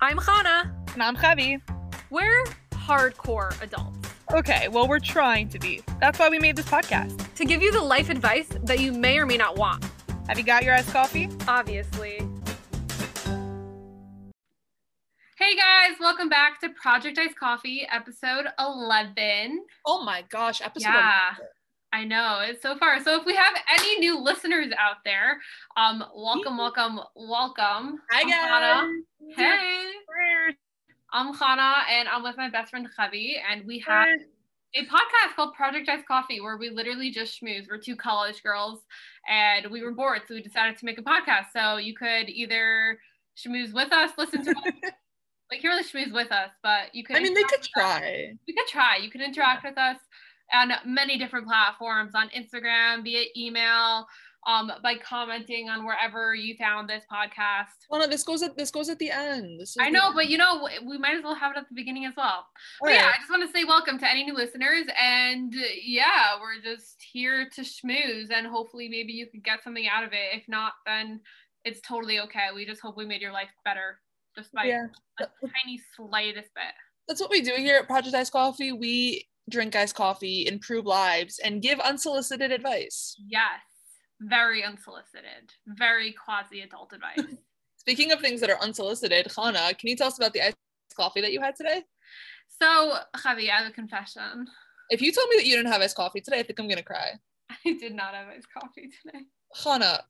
I'm Hana. And I'm Javi. We're hardcore adults. Okay, well, we're trying to be. That's why we made this podcast. To give you the life advice that you may or may not want, Have you got your iced coffee? obviously. Hey guys, welcome back to Project Ice Coffee, episode 11. Oh my gosh, episode. yeah, I know. It's so far. So if we have any new listeners out there, um, welcome, welcome, welcome. Hi I'm Hannah. guys. Hey, I'm Hannah, and I'm with my best friend Javi, and we have a podcast called Project Ice Coffee, where we literally just schmooze. We're two college girls, and we were bored, so we decided to make a podcast. So you could either schmooze with us, listen to us. Like, you really schmooze with us, but you could. I mean, they interact could with us. try. We could try. You can interact with us on many different platforms on Instagram, via email, um, by commenting on wherever you found this podcast. Well, no, this goes at this goes at the end. This is I the- know, but you know, we might as well have it at the beginning as well. All But Oh, yeah, right. I just want to say welcome to any new listeners. And uh, yeah, we're just here to schmooze and hopefully maybe you could get something out of it. If not, then it's totally okay. We just hope we made your life better just by yeah. a tiny slightest bit. That's what we do here at Project Iced Coffee. We drink iced coffee, improve lives, and give unsolicited advice. Yes, very unsolicited, very quasi adult advice. Speaking of things that are unsolicited, Hannah, can you tell us about the iced coffee that you had today? so, Javi, I have a confession. If you told me that you didn't have iced coffee today, I think I'm gonna cry. I did not have iced coffee today. Hannah, Hannah,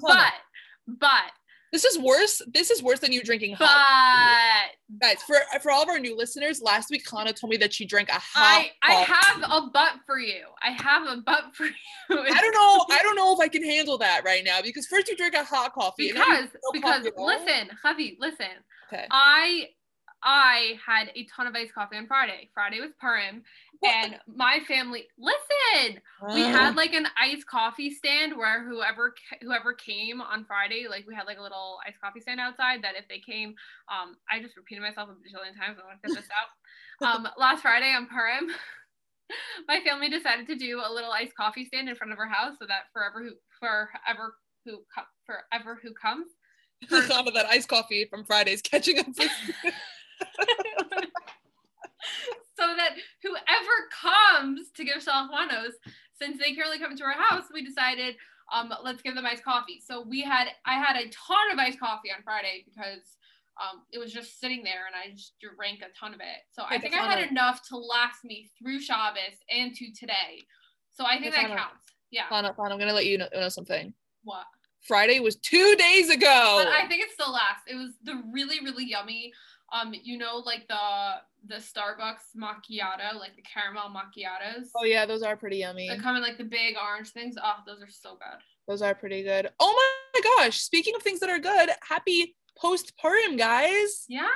But, but, this is worse. This is worse than you drinking but, hot. Guys, for for all of our new listeners, last week Hannah told me that she drank a hot. I, I coffee. have a butt for you. I have a butt for you. I don't know. I don't know if I can handle that right now because first you drink a hot coffee. and now you- because no because coffee at all? listen, Javi, listen. okay. I I had a ton of iced coffee on Friday. Friday was Purim, and my family. Listen, we had like an iced coffee stand where whoever ca- whoever came on Friday, like we had like a little iced coffee stand outside that if they came, um, I just repeated myself a bajillion times. I want to cut this out. Um, last Friday on Purim, my family decided to do a little iced coffee stand in front of our house so that forever who forever who co- forever who comes. Hannah, that iced coffee from Fridays catching up. with- so that whoever comes to give Salafanos, since they can only come to our house, we decided um, let's give them iced coffee. So we had I had a ton of iced coffee on Friday because um, it was just sitting there and I just drank a ton of it. So I Wait, think I that's not had a- enough to last me through Shabbos and to today. So I think that That's not a- counts. Yeah. Hannah, Hannah, I'm gonna let you know, know something. What? Friday was two days ago. But I think it still lasts. It was the really, really yummy. Um, you know, like the the Starbucks macchiato, like the caramel macchiatos. oh yeah, those are pretty yummy. They come in like the big orange things. Oh, those are so good. Those are pretty good. Oh my gosh! Speaking of things that are good, happy postpartum, guys. Yeah.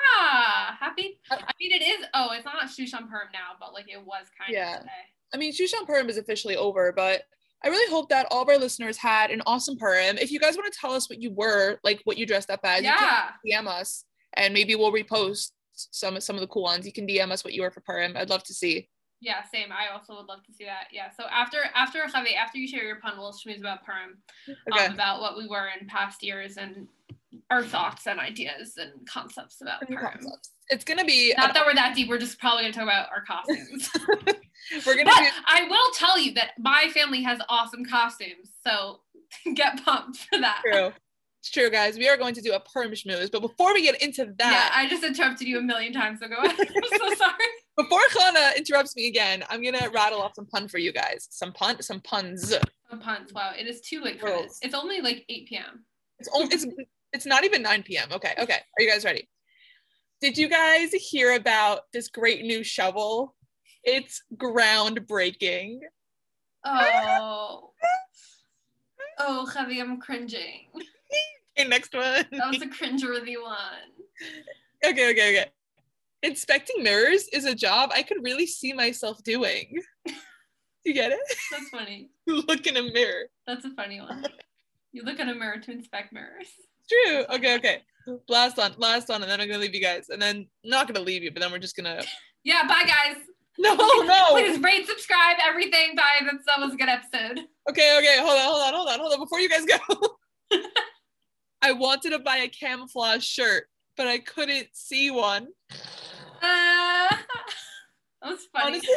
Happy. Uh, I mean, it is. Oh, it's not Shushan Perm now, but like it was kind Yeah. of today. I mean, Shushan Purim is officially over, but I really hope that all of our listeners had an awesome Purim. If you guys want to tell us what you were, like what you dressed up as, you can yeah. DM us and maybe we'll repost some some of the cool ones. You can DM us what you were for Purim. I'd love to see. Yeah. Same. I also would love to see that. Yeah. So after after Javi, after you share your pun, we'll schmooze about Perm, Okay. um, about what we were in past years and our thoughts and ideas and concepts about New Perm. concepts. It's gonna be Not that we're that deep. We're just probably gonna talk about our costumes. we're but gonna be I will tell you that my family has awesome costumes, so get pumped for that. true. It's true, guys. We are going to do a Purim schmooze, but before we get into Yeah, that, I just interrupted you a million times ago. I'm so sorry. before Hannah interrupts me again, I'm gonna rattle off some pun for you guys. Some pun, some puns. Some puns. Wow, it is too late for Girls. this. It's only like 8 p.m. It's only it's it's not even 9 p.m. Okay, okay. Are you guys ready? Did you guys hear about this great new shovel? It's groundbreaking. Oh. Oh, Javi, I'm cringing. Okay, next one. That was a cringeworthy one. Okay, okay, okay. Inspecting mirrors is a job I could really see myself doing. you get it? That's funny. Look in a mirror. That's a funny one. You look in a mirror to inspect mirrors. It's True. Okay, okay. Last one, last one, and then I'm gonna leave you guys. And then not gonna leave you, but then we're just gonna Yeah, bye guys. No, Oh, no. Please rate, subscribe, everything. Bye. That's, that was a good episode. Okay, okay, hold on, hold on, hold on, hold on. Before you guys go, I wanted to buy a camouflage shirt, but I couldn't see one. that was funny. Honestly,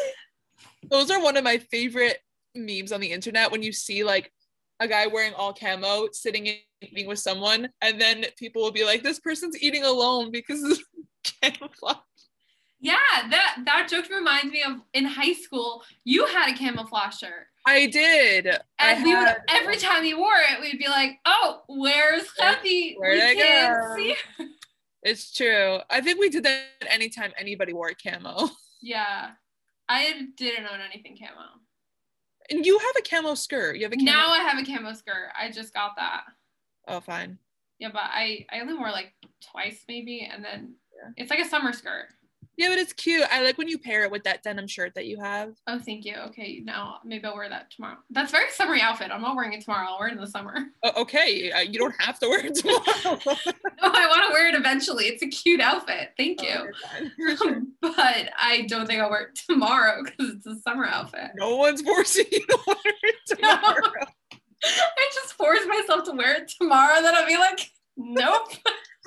those are one of my favorite memes on the internet when you see like a guy wearing all camo sitting and eating with someone, and then people will be like, "This person's eating alone because this camouflage." Yeah, that that joke reminds me of in high school, you had a camouflage shirt. I did. I And we would had- every time you wore it, we'd be like, "Oh, where's Happy? Where'd we I can't go?" see." her." It's true. I think we did that anytime anybody wore camo. Yeah, I didn't own anything camo. And you have a camo skirt. You have a camo. Now I have a camo skirt. I just got that. oh, fine. Yeah, but I I only wore like twice maybe, and then Yeah. it's like a summer skirt. Yeah, but it's cute. I like when you pair it with that denim shirt that you have. Oh, thank you. Okay, now maybe I'll wear that tomorrow. That's a very summery outfit. I'm not wearing it tomorrow. I'll wear it in the summer. O- okay, uh, you don't have to wear it tomorrow. No, I want to wear it eventually. It's a cute outfit. Thank Oh, you. you're fine. For sure. but I don't think I'll wear it tomorrow because it's a summer outfit. No one's forcing you to wear it tomorrow. I just force myself to wear it tomorrow, then I'll be like, nope.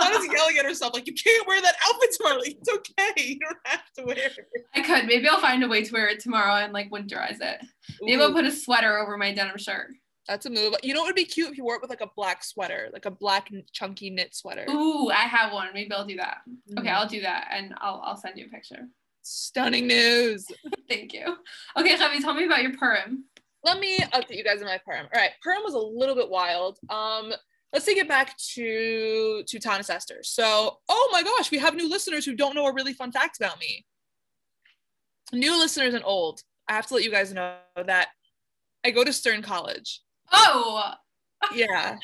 Hannah's yelling at herself like, "You can't wear that outfit tomorrow. Like, it's okay. You don't have to wear it." I could. Maybe I'll find a way to wear it tomorrow and like winterize it. Maybe I'll Ooh, put a sweater over my denim shirt. that's a move. You know what would be cute if you wore it with like a black sweater, like a black kn- chunky knit sweater. Ooh, I have one. Maybe I'll do that. Okay, Mm. I'll do that and I'll, I'll send you a picture. Stunning news. Thank you. Okay, Javi, tell me about your perm. let me update you guys on my perm. All right, perm was a little bit wild. Um, let's take it back to to Thomas Esther. So, oh my gosh, we have new listeners who don't know a really fun fact about me. New listeners and old. I have to let you guys know that I go to Stern College. Oh, Yeah,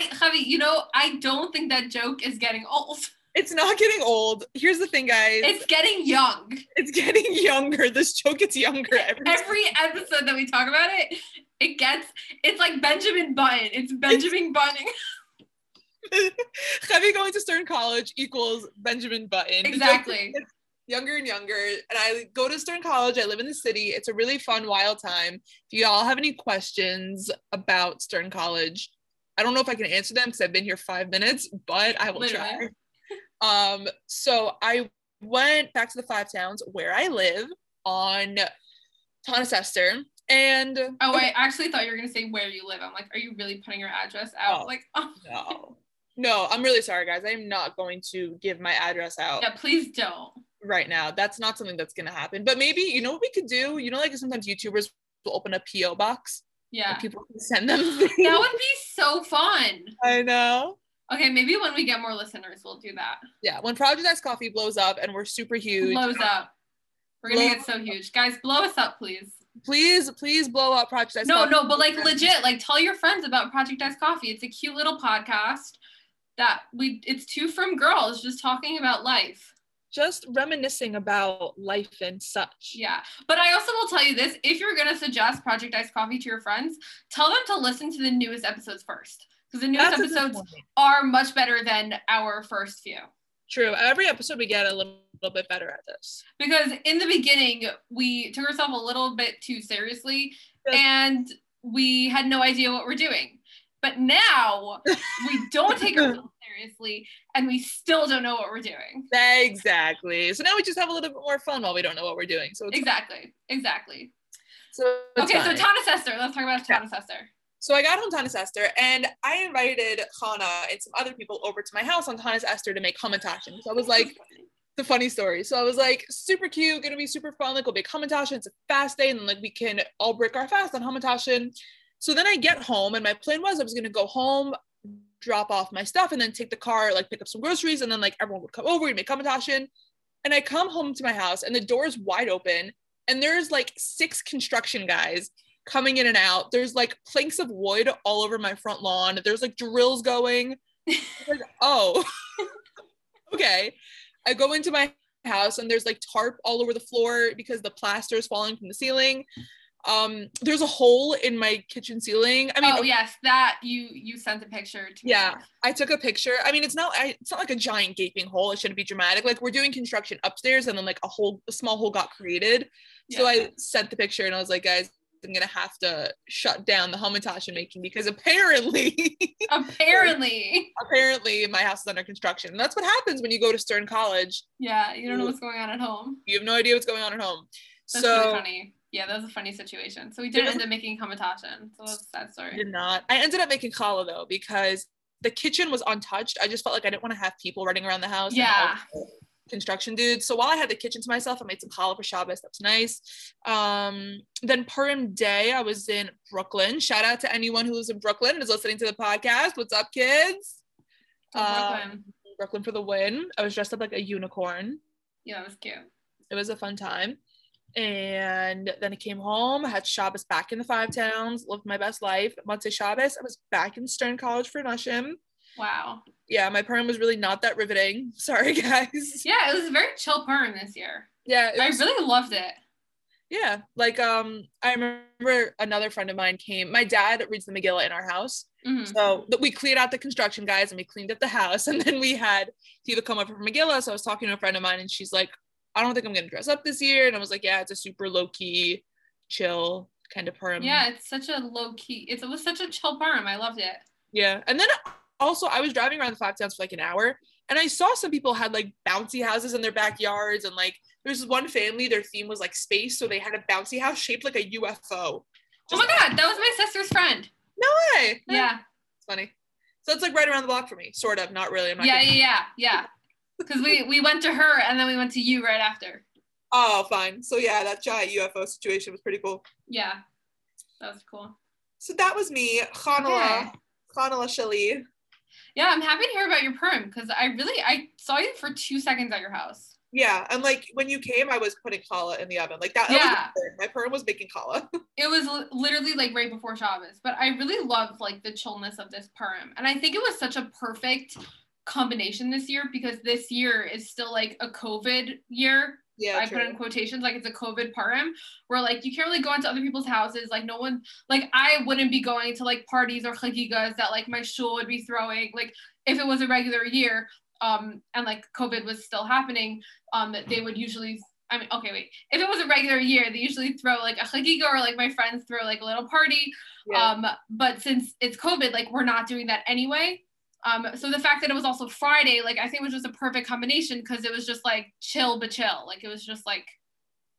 I, Javi, you know, I don't think that joke is getting old. it's not getting old. Here's the thing, guys. It's, It's getting young. getting younger. This joke gets younger every. time. Every episode that we talk about it, it gets, it's like Benjamin Button. It's Benjamin Button. Chevy going to Stern College equals Benjamin Button. The joke Exactly. younger and younger. And I go to Stern College. I live in the city. It's a really fun, wild time. If y'all have any questions about Stern College, I don't know if I can answer them because I've been here five minutes, but I will Literally. try. Um, so I went back to the five towns where I live on Tonnesester. And Oh, I actually thought you were going to say where you live. I'm like, are you really putting your address out? Oh. Like, oh, no, no, I'm really sorry, guys. I am not going to give my address out. yeah, please don't. right now. That's not something that's gonna happen. But maybe you know what we could do? You know, like sometimes YouTubers will open a PO box Yeah. and people can send them. That Things. would be so fun. I know. Okay, maybe when we get more listeners, we'll do that. Yeah, when Project X Coffee blows up and we're super huge, Blows up. We're gonna Blow get so huge. Guys, blow us up, please. please, please blow up Project X. no, Coffee. no, but like legit, like tell your friends about Project X Coffee. It's a cute little podcast that we it's two from girls just talking about life. just reminiscing about life and such. Yeah. But I also will tell you this if you're gonna suggest Project Ice Coffee to your friends, tell them to listen to the newest episodes first. Because the newest That's a good episodes point. are much better than our first few. True. Every episode we get a little, little bit better at this. because in the beginning we took ourselves a little bit too seriously Yes. and we had no idea what we're doing but now we don't take ourselves seriously and we still don't know what we're doing Exactly. So now we just have a little bit more fun while we don't know what we're doing. So it's, exactly exactly so it's okay fine. so Thomas Esther let's talk about Yeah. Thomas Esther So I got home to Hannes Esther and I invited Hana and some other people over to my house on Hannes Esther to make hamantaschen. So I was like, the funny story. So I was like, super cute, gonna be super fun. Like we'll make hamantaschen. It's a fast day, and like we can all break our fast on hamantaschen. So then I get home, and my plan was I was gonna go home, drop off my stuff, and then take the car, like pick up some groceries, and then like everyone would come over, we'd make hamantaschen. And I come home to my house, and the door is wide open, and there's like six construction guys coming in and out. There's like planks of wood all over my front lawn. There's like drills going. I was like, oh, okay. I go into my house and there's like tarp all over the floor because the plaster is falling from the ceiling. Um, there's a hole in my kitchen ceiling. I mean, oh yes that you you sent a picture to me yeah, I took a picture. I mean, it's not I, it's not like a giant gaping hole. It shouldn't be dramatic. Like we're doing construction upstairs, and then like a whole a small hole got created. So Yeah. I sent the picture, and I was like, guys, I'm gonna have to shut down the hamantash I'm making because apparently, Apparently. apparently my house is under construction. And that's what happens when you go to Stern College. Yeah, you Mm. don't know what's going on at home. You have no idea what's going on at home. That's really so funny. Yeah, that was a funny situation. So we There did end was- up making hamantaschen. So that's a sad I story. did not. I ended up making challah though because the kitchen was untouched. I just felt like I didn't want to have people running around the house. and all Yeah. construction dudes. So while I had the kitchen to myself, I made some challah for Shabbos. That was nice. Um, then Purim Day, I was in Brooklyn. Shout out to anyone who lives in Brooklyn and is listening to the podcast. What's up, kids? So Um, Brooklyn. Brooklyn for the win. I was dressed up like a unicorn. Yeah, it was cute. It was a fun time. And then I came home, I had Shabbos back in the five towns, lived my best life. Monday Shabbos, I was back in Stern College for Nushim. Wow. Yeah, my Purim was really not that riveting. Sorry, guys. Yeah, it was a very chill perm this year. Yeah, it I was- really loved it. Yeah, like um, I remember another friend of mine came. My dad reads the Megillah in our house, Mhm. so but we cleared out the construction guys and we cleaned up the house, and then we had people come over for Megillah. So I was talking to a friend of mine, and she's like, "I don't think I'm gonna dress up this year," and I was like, "Yeah, it's a super low key, chill kind of perm." Yeah, it's such a low key. It's, it was such a chill perm. I loved it. yeah. And then also, I was driving around the five towns for like an hour, and I saw some people had like bouncy houses in their backyards, and like there's this one family, their theme was like space, so they had a bouncy house shaped like a UFO. Oh my god, that was my sister's friend. No way. Yeah, It's funny. So it's like right around the block for me, sort of. Not really. I'm not. yeah, gonna- yeah, yeah, yeah. Because we we went to her and then we went to you right after. Oh, fine. So yeah, that giant UFO situation was pretty cool. Yeah, that was cool. So that was me, Khanala, Okay. Khanala Shali. Yeah, I'm happy to hear about your perm because I really I saw you for two seconds at your house. Yeah, and like when you came, I was putting kala in the oven. Like that. that was Yeah. my perm. my perm was making kala. It was li- literally like right before Shabbos, but I really loved like the chillness of this perm, and I think it was such a perfect combination this year because this year is still like a COVID year yeah. I true. put in quotations, like it's a COVID parim, where like you can't really go into other people's houses. Like no one, like I wouldn't be going to like parties or chagigas that like my shul would be throwing. Like if it was a regular year, um, and like COVID was still happening, um, that they would usually. I mean, okay, wait. If it was a regular year, they usually throw like a chagiga or like my friends throw like a little party. Yeah. Um, but since it's COVID, like we're not doing that anyway. Um, so the fact that it was also Friday, like I think it was just a perfect combination because it was just like chill but chill. Like it was just like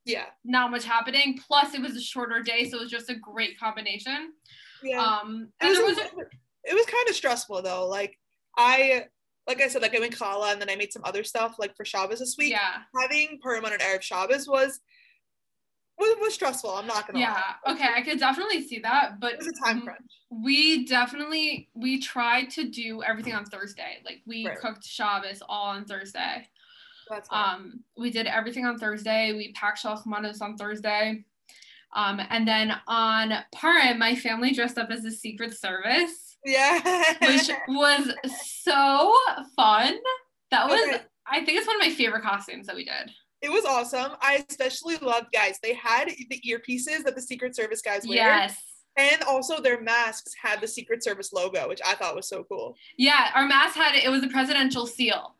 yeah. not much happening. Plus it was a shorter day, so it was just a great combination. Yeah. Um it and was, there was a- it was kind of stressful though. Like I, like I said, like I made kala, and then I made some other stuff like for Shabbos this week. yeah. Having Purim on an Arab Shabbos was was, was stressful. I'm not gonna Yeah. lie. Okay, I could definitely see that. But It was a time Mm. crunch. we definitely we tried to do everything on Thursday. Like we Right. cooked Shabbos all on Thursday. That's fine. Um, we did everything on Thursday. We packed shalachmanos on Thursday. Um, and then on Purim, my family dressed up as the Secret Service, yeah. which was so fun. That was, Okay. I think it's one of my favorite costumes that we did. it was awesome. I especially loved guys. They had the earpieces that the Secret Service guys wear. Yes. And also their masks had the Secret Service logo, which I thought was so cool. Yeah, our mask had it was a presidential seal.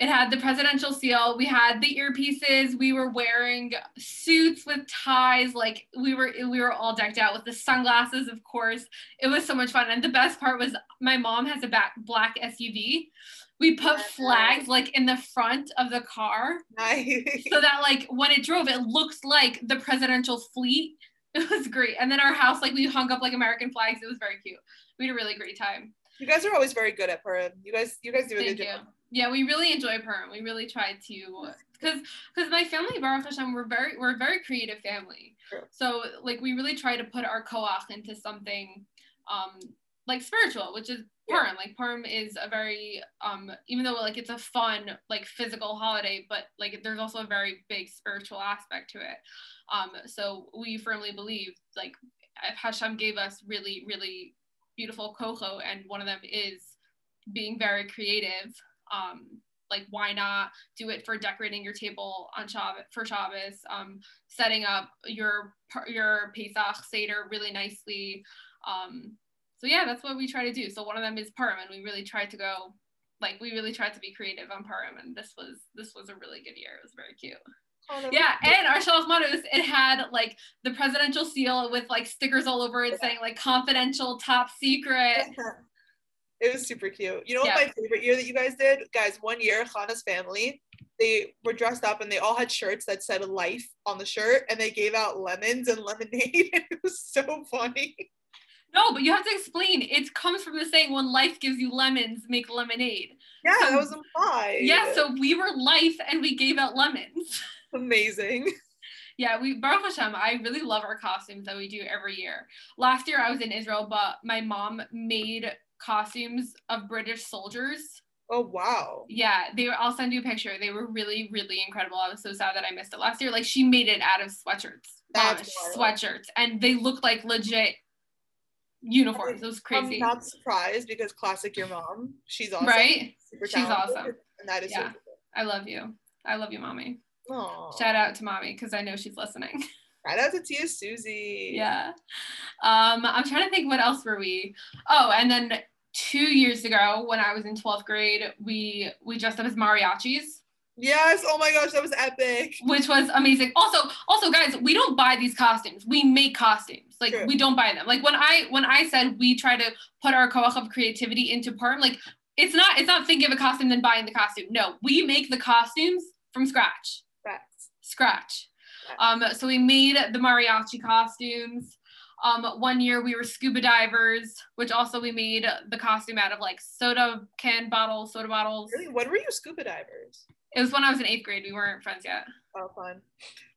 It had the presidential seal. We had the earpieces. We were wearing suits with ties. Like we were, we were all decked out with the sunglasses. Of course, it was so much fun. And the best part was my mom has a back, black SUV. We put Yes. flags like in the front of the car Nice. so that like when it drove, it looked like the presidential fleet. It was great. And then our house, like we hung up like American flags. It was very cute. We had a really great time. you guys are always very good at Purim. You guys you guys do a Thank good you. job. Yeah, we really enjoy Perm. We really try to, because because my family Baruch Hashem, we're very we're a very creative family. True. So like we really try to put our koach into something, um, like spiritual, which is Yeah. Purim. Like Purim is a very um, even though like it's a fun like physical holiday, but like there's also a very big spiritual aspect to it. Um, so we firmly believe like Hashem gave us really really beautiful coho, and one of them is being very creative. Um, like why not do it for decorating your table on Shabbos for Shabbos, um, setting up your par- your Pesach seder really nicely. Um, so yeah, that's what we try to do. So one of them is Purim, and we really tried to go like we really tried to be creative on Purim, and this was this was a really good year. It was very cute. Hanukkah. Yeah, and our shell's motto is it had like the presidential seal with like stickers all over it saying like confidential, top secret. It was super cute. You know what Yeah. my favorite year that you guys did? Guys, one year, Hannah's family, they were dressed up and they all had shirts that said life on the shirt and they gave out lemons and lemonade. And it was so funny. No, but you have to explain. It comes from the saying when life gives you lemons, make lemonade. Yeah, So- that was implied. Yeah, so we were life and we gave out lemons. amazing. Yeah, we Baruch Hashem, I really love our costumes that we do every year. Last year I was in Israel, but my mom made costumes of British soldiers. Oh wow. Yeah, they were I'll send you a picture. They were really, really incredible. I was so sad that I missed it last year. Like she made it out of sweatshirts. That's Amish wild. sweatshirts. And they looked like legit uniforms. It was I'm crazy. not surprised because classic your mom. She's awesome. Right? Super She's talented, awesome. And that is Yeah. I love you. I love you, mommy. so cool. Aw. Shout out to mommy because I know she's listening. Shout out to Tia Susie. yeah. Um, I'm trying to think what else were we? Oh, and then two years ago when I was in 12th grade, we we dressed up as mariachis, Yes. Oh my gosh, that was epic. which was amazing. Also, also guys, we don't buy these costumes. We make costumes. Like True. we don't buy them. Like when I when I said we try to put our koach of creativity into perm, like it's not it's not thinking of a costume then buying the costume. No, we make the costumes from scratch. Facts. scratch. Um, so we made the mariachi costumes. Um, one year we were scuba divers, which also we made the costume out of like soda can bottles, soda bottles. Really? When were you scuba divers? It was when I was in eighth grade. We weren't friends yet. Oh, fun.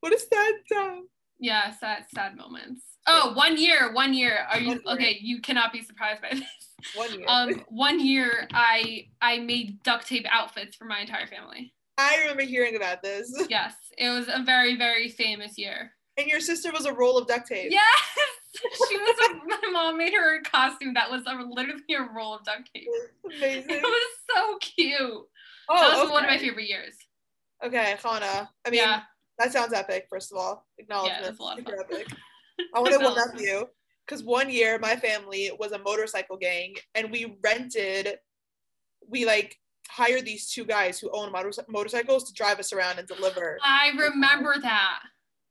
What is that? Um, Yeah, sad, sad moments. Oh, one year, one year. Are you One year. okay? You cannot be surprised by this. one year. Um, one year I I made duct tape outfits for my entire family. I remember hearing about this. Yes, it was a very very famous year. And your sister was a roll of duct tape. Yes, she was. A, my mom made her a costume that was a, literally a roll of duct tape. It Amazing. was so cute. that was Oh, one of my okay. favorite years. okay, Hannah. I mean, yeah, that sounds epic, first of all. Acknowledgement. that's a lot of Super epic. I want to one up Acknowledgement. you because one year my family was a motorcycle gang and we rented, we like hired these two guys who own motor- motorcycles to drive us around and deliver. I remember that.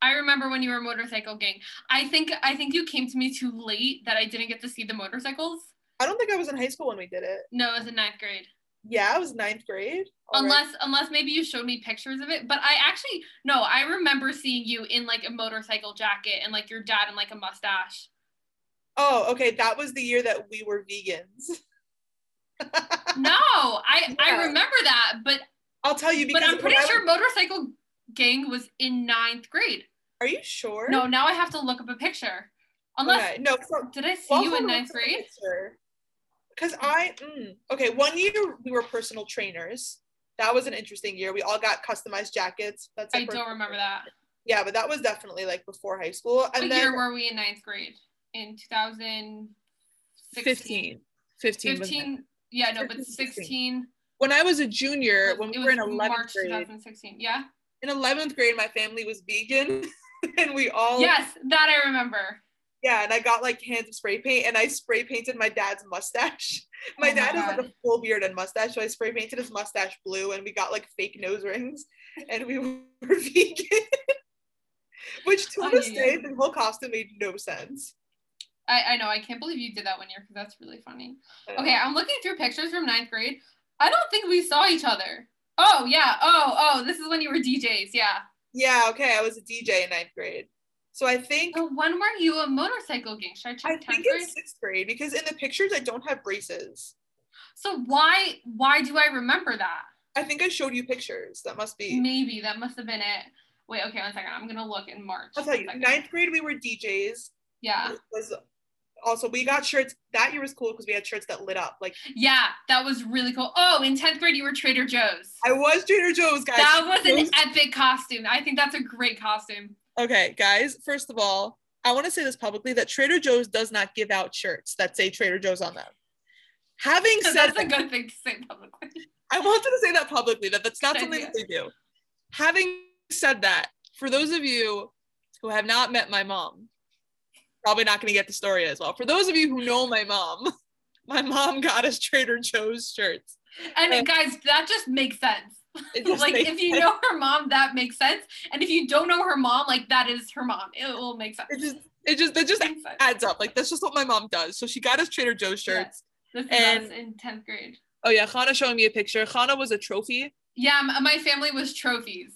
I remember when you were a motorcycle gang. I think I think you came to me too late that I didn't get to see the motorcycles. I don't think I was in high school when we did it. No, it was in ninth grade. Yeah, I was ninth grade. All right. Unless unless maybe you showed me pictures of it. But I actually no, I remember seeing you in like a motorcycle jacket and like your dad in like a mustache. Oh, okay. That was the year that we were vegans. No, I I Yeah. remember that, but I'll tell you because but I'm when pretty I was- sure motorcycle gang was in ninth grade. Are you sure? No, now I have to look up a picture. Unless Okay, no. So, did I see well, you hold in on, ninth what's the grade? picture? Cause I mm, okay. One year we were personal trainers. That was an interesting year. We all got customized jackets. That's I like don't personal- remember that. Yeah, but that was definitely like before high school. And What then year were we in ninth grade? In 2016. 15, 15. Yeah, no, but 15, 16. 16. When I was a junior, was- when we it were in was 11th March grade, 2016. Yeah. in 11th grade, my family was vegan, and we all Yes, that I remember. Yeah, and I got like cans of spray paint and I spray painted my dad's mustache. My Oh my dad has God. like a full beard and mustache, so I spray painted his mustache blue and we got like fake nose rings and we were vegan. Which to Oh, this yeah, day, the whole costume made no sense. I, I know. I can't believe you did that one year because that's really funny. I Okay, I'm looking through pictures from ninth grade. I don't think we saw each other. Oh yeah. Oh oh. This is when you were DJs. Yeah. Yeah, okay. I was a DJ in ninth grade. So I think So when were you a motorcycle gang? Should I I check Oh, tenth think grade? it's sixth grade because in the pictures I don't have braces. So why why do I remember that? I think I showed you pictures. That must be Maybe that must have been it. Wait. Okay. One second. I'm gonna look in March. I'll tell you, One second. ninth grade we were DJs. Yeah. It was also we got shirts that year was cool because we had shirts that lit up. Like Yeah. That was really cool. Oh, in tenth grade you were Trader Joe's. I was Trader Joe's, guys. That was an Those- epic costume. I think that's a great costume. okay, guys. First of all, I want to say this publicly that Trader Joe's does not give out shirts that say Trader Joe's on them. Having said That's a that, good thing to say publicly. I wanted to say that publicly that that's not Good something idea. that they do. Having said that, for those of you who have not met my mom, probably not going to get the story as well. For those of you who know my mom, my mom got us Trader Joe's shirts. And Uh, guys, that just makes sense. It just like makes if you sense. know her mom, that makes sense. And if you don't know her mom, like that is her mom. It will make sense. it just it just that just Makes sense. adds up. Like that's just what my mom does. So she got us Trader Joe's Yeah. shirts. This is and- us in tenth grade. Oh yeah, Hannah showing me a picture. Hannah was a trophy. Yeah, m- my family was trophies.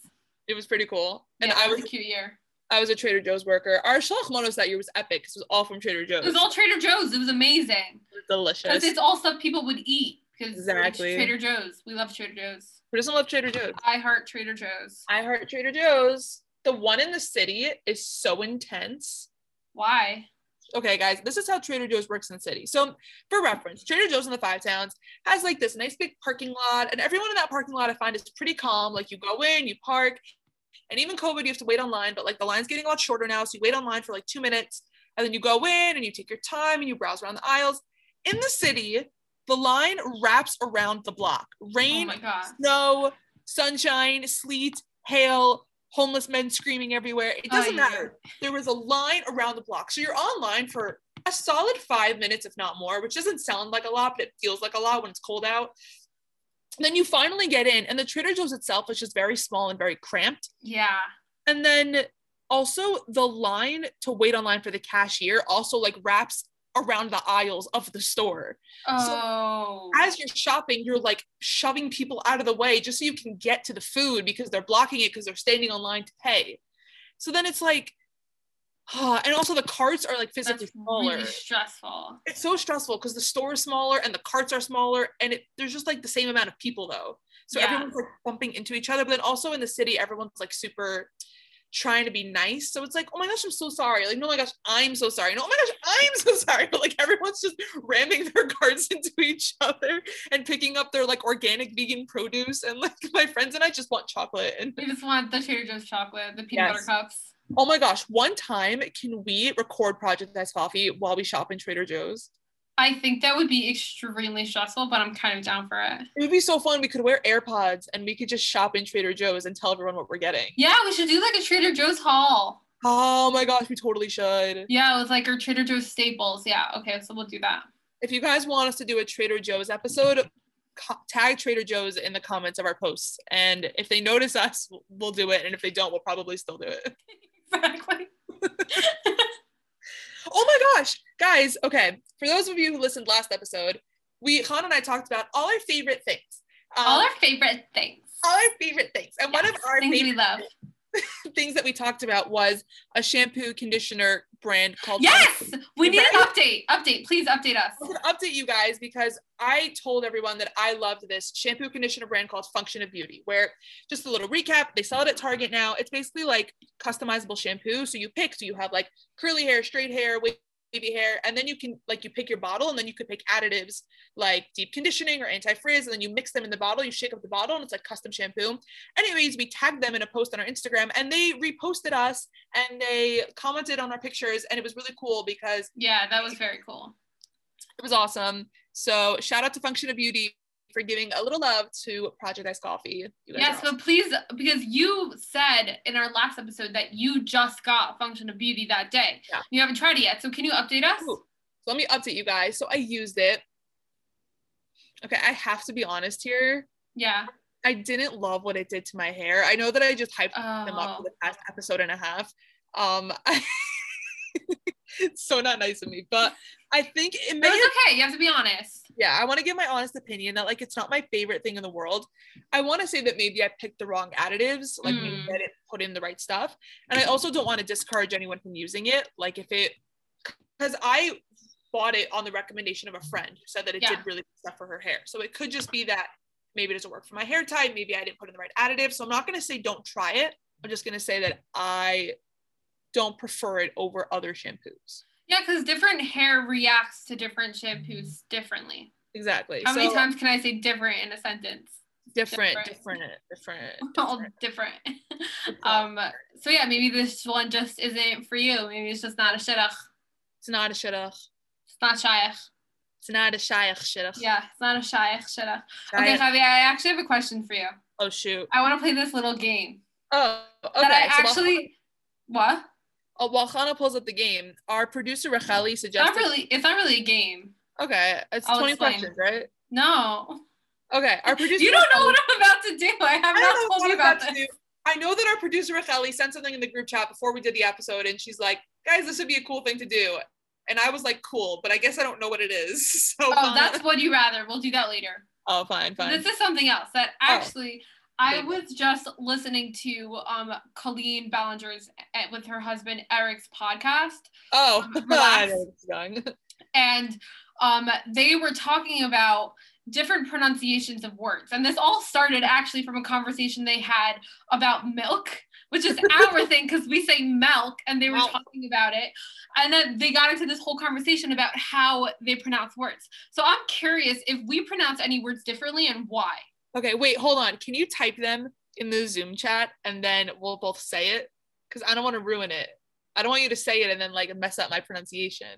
It was pretty cool. And yeah, I it was was a cute year. I was a Trader Joe's worker. Our shalach manos that year was epic. 'cause It was all from Trader Joe's. It was all Trader Joe's. It was amazing because delicious. it's all stuff people would eat. Because Exactly. Trader Joe's. We love Trader Joe's. Who doesn't love Trader Joe's? I heart Trader Joe's. I heart Trader Joe's. The one in the city is so intense. Why? Okay, guys, this is how Trader Joe's works in the city. So, for reference, Trader Joe's in the Five Towns has like this nice big parking lot, and everyone in that parking lot I find is pretty calm. Like, you go in, you park, and even COVID, you have to wait online, but like the line's getting a lot shorter now. So, you wait online for like two minutes, and then you go in and you take your time and you browse around the aisles. In the city, the line wraps around the block. Oh Rain, my god. snow, sunshine, sleet, hail, homeless men screaming everywhere. It Oh, doesn't yeah. matter. There was a line around the block. So you're online for a solid five minutes, if not more, which doesn't sound like a lot, but it feels like a lot when it's cold out. Then you finally get in, and the Trader Joe's itself is just very small and very cramped. Yeah. And then also the line to wait online for the cashier also like wraps around the aisles of the store Oh. as you're shopping, you're like shoving people out of the way just so you can get to the food because they're blocking it because they're standing online to pay. So then it's like, and also the carts are like physically That's smaller. really stressful. it's so stressful because the store is smaller and the carts are smaller, and it, there's just like the same amount of people though. So Yeah. everyone's like bumping into each other, but then also in the city, everyone's like super trying to be nice. So it's like, oh my gosh, I'm so sorry. Like, no, my gosh, I'm so sorry. No, oh my gosh, I'm so sorry. But like everyone's just ramming their carts into each other and picking up their like organic vegan produce. And like my friends and I just want chocolate. And We just want the Trader Joe's chocolate, the peanut butter Yes. cups. oh my gosh, one time can we record Project Ice Coffee while we shop in Trader Joe's? I think that would be extremely stressful, but I'm kind of down for it. It would be so fun. We could wear AirPods and we could just shop in Trader Joe's and tell everyone what we're getting. Yeah, we should do like a Trader Joe's haul. Oh my gosh, we totally should. Yeah, with like our Trader Joe's staples. Yeah, okay, so we'll do that. If you guys want us to do a Trader Joe's episode, co- tag Trader Joe's in the comments of our posts. And if they notice us, we'll- we'll do it. And if they don't, we'll probably still do it. Exactly. Oh my gosh, guys. Okay. For those of you who listened last episode, we, Han and I talked about all our favorite things. Um, All our favorite things. all our favorite things. And one of Yes, our things favorite we love. things that we talked about was a shampoo conditioner brand called Yes, we need an update. Update, please update us. I'm gonna update you guys because I told everyone that I loved this shampoo conditioner brand called Function of Beauty, where just a little recap, they sell it at Target now. It's basically like customizable shampoo. So you pick, so you have like curly hair, straight hair, wavy hair, and then you can like you pick your bottle and then you could pick additives like deep conditioning or anti-frizz, and then you mix them in the bottle, you shake up the bottle, and it's like custom shampoo. Anyways, we tagged them in a post on our Instagram and they reposted us and they commented on our pictures, and it was really cool because Yeah, that was very cool. it was awesome. So shout out to Function of Beauty for giving a little love to Project Ice Coffee. You guys Yes, are awesome. but please, because you said in our last episode that you just got Function of Beauty that day. Yeah. You haven't tried it yet, so can you update us? Ooh. so let me update you guys. So I used it. Okay, I have to be honest here. Yeah. I didn't love what it did to my hair. I know that I just hyped them up Oh. for the past episode and a half. Um, it's so not nice of me, but I think it But may have it's Oh. okay. You have to be honest. yeah, I want to give my honest opinion that like it's not my favorite thing in the world. I want to say that maybe I picked the wrong additives, like maybe Mm. I didn't put in the right stuff, and I also don't want to discourage anyone from using it. Like if it, because I bought it on the recommendation of a friend who said that it did Yeah. really good stuff for her hair. So it could just be that maybe it doesn't work for my hair type. Maybe I didn't put in the right additive. So I'm not gonna say don't try it. I'm just gonna say that I don't prefer it over other shampoos. Yeah, because different hair reacts to different shampoos differently. Exactly. How many So, times can I say different in a sentence? different, different? different, different. All different. um. So yeah, maybe this one just isn't for you. Maybe it's just not a shidduch. It's not a shidduch. It's not shaykh. It's not a shaykh shidduch. Yeah, it's not a shaykh shidduch. Okay, Shaykh- Javi, I actually have a question for you. Oh shoot. I want to play this little game Oh, okay. that I so while- actually. What? uh, while, Hannah pulls up the game, our producer Racheli It's not suggested. really. It's not really a game. Okay, it's I'll twenty explain. questions, right? No. Okay, our producer. You don't know Racheli- what I'm about to do. I I have don't not know told what you I'm about to this. do. I know that our producer Racheli sent something in the group chat before we did the episode, and she's like, "Guys, this would be a cool thing to do." And I was like, "Cool," but I guess I don't know what it is. So Oh, fine. that's what you rather. We'll do that later. oh, fine, fine. This is something else that actually I Very was just listening to um Colleen Ballinger's eh, with her husband Eric's podcast, oh, um, relax. I know where this is going. and um they were talking about different pronunciations of words, and this all started actually from a conversation they had about milk, which is our thing because we say milk, and they were Milk. talking about it, and then they got into this whole conversation about how they pronounce words. So I'm curious if we pronounce any words differently and why. Okay, wait, hold on. Can you type them in the Zoom chat and then we'll both say it? Because I don't want to ruin it. I don't want you to say it and then like mess up my pronunciation.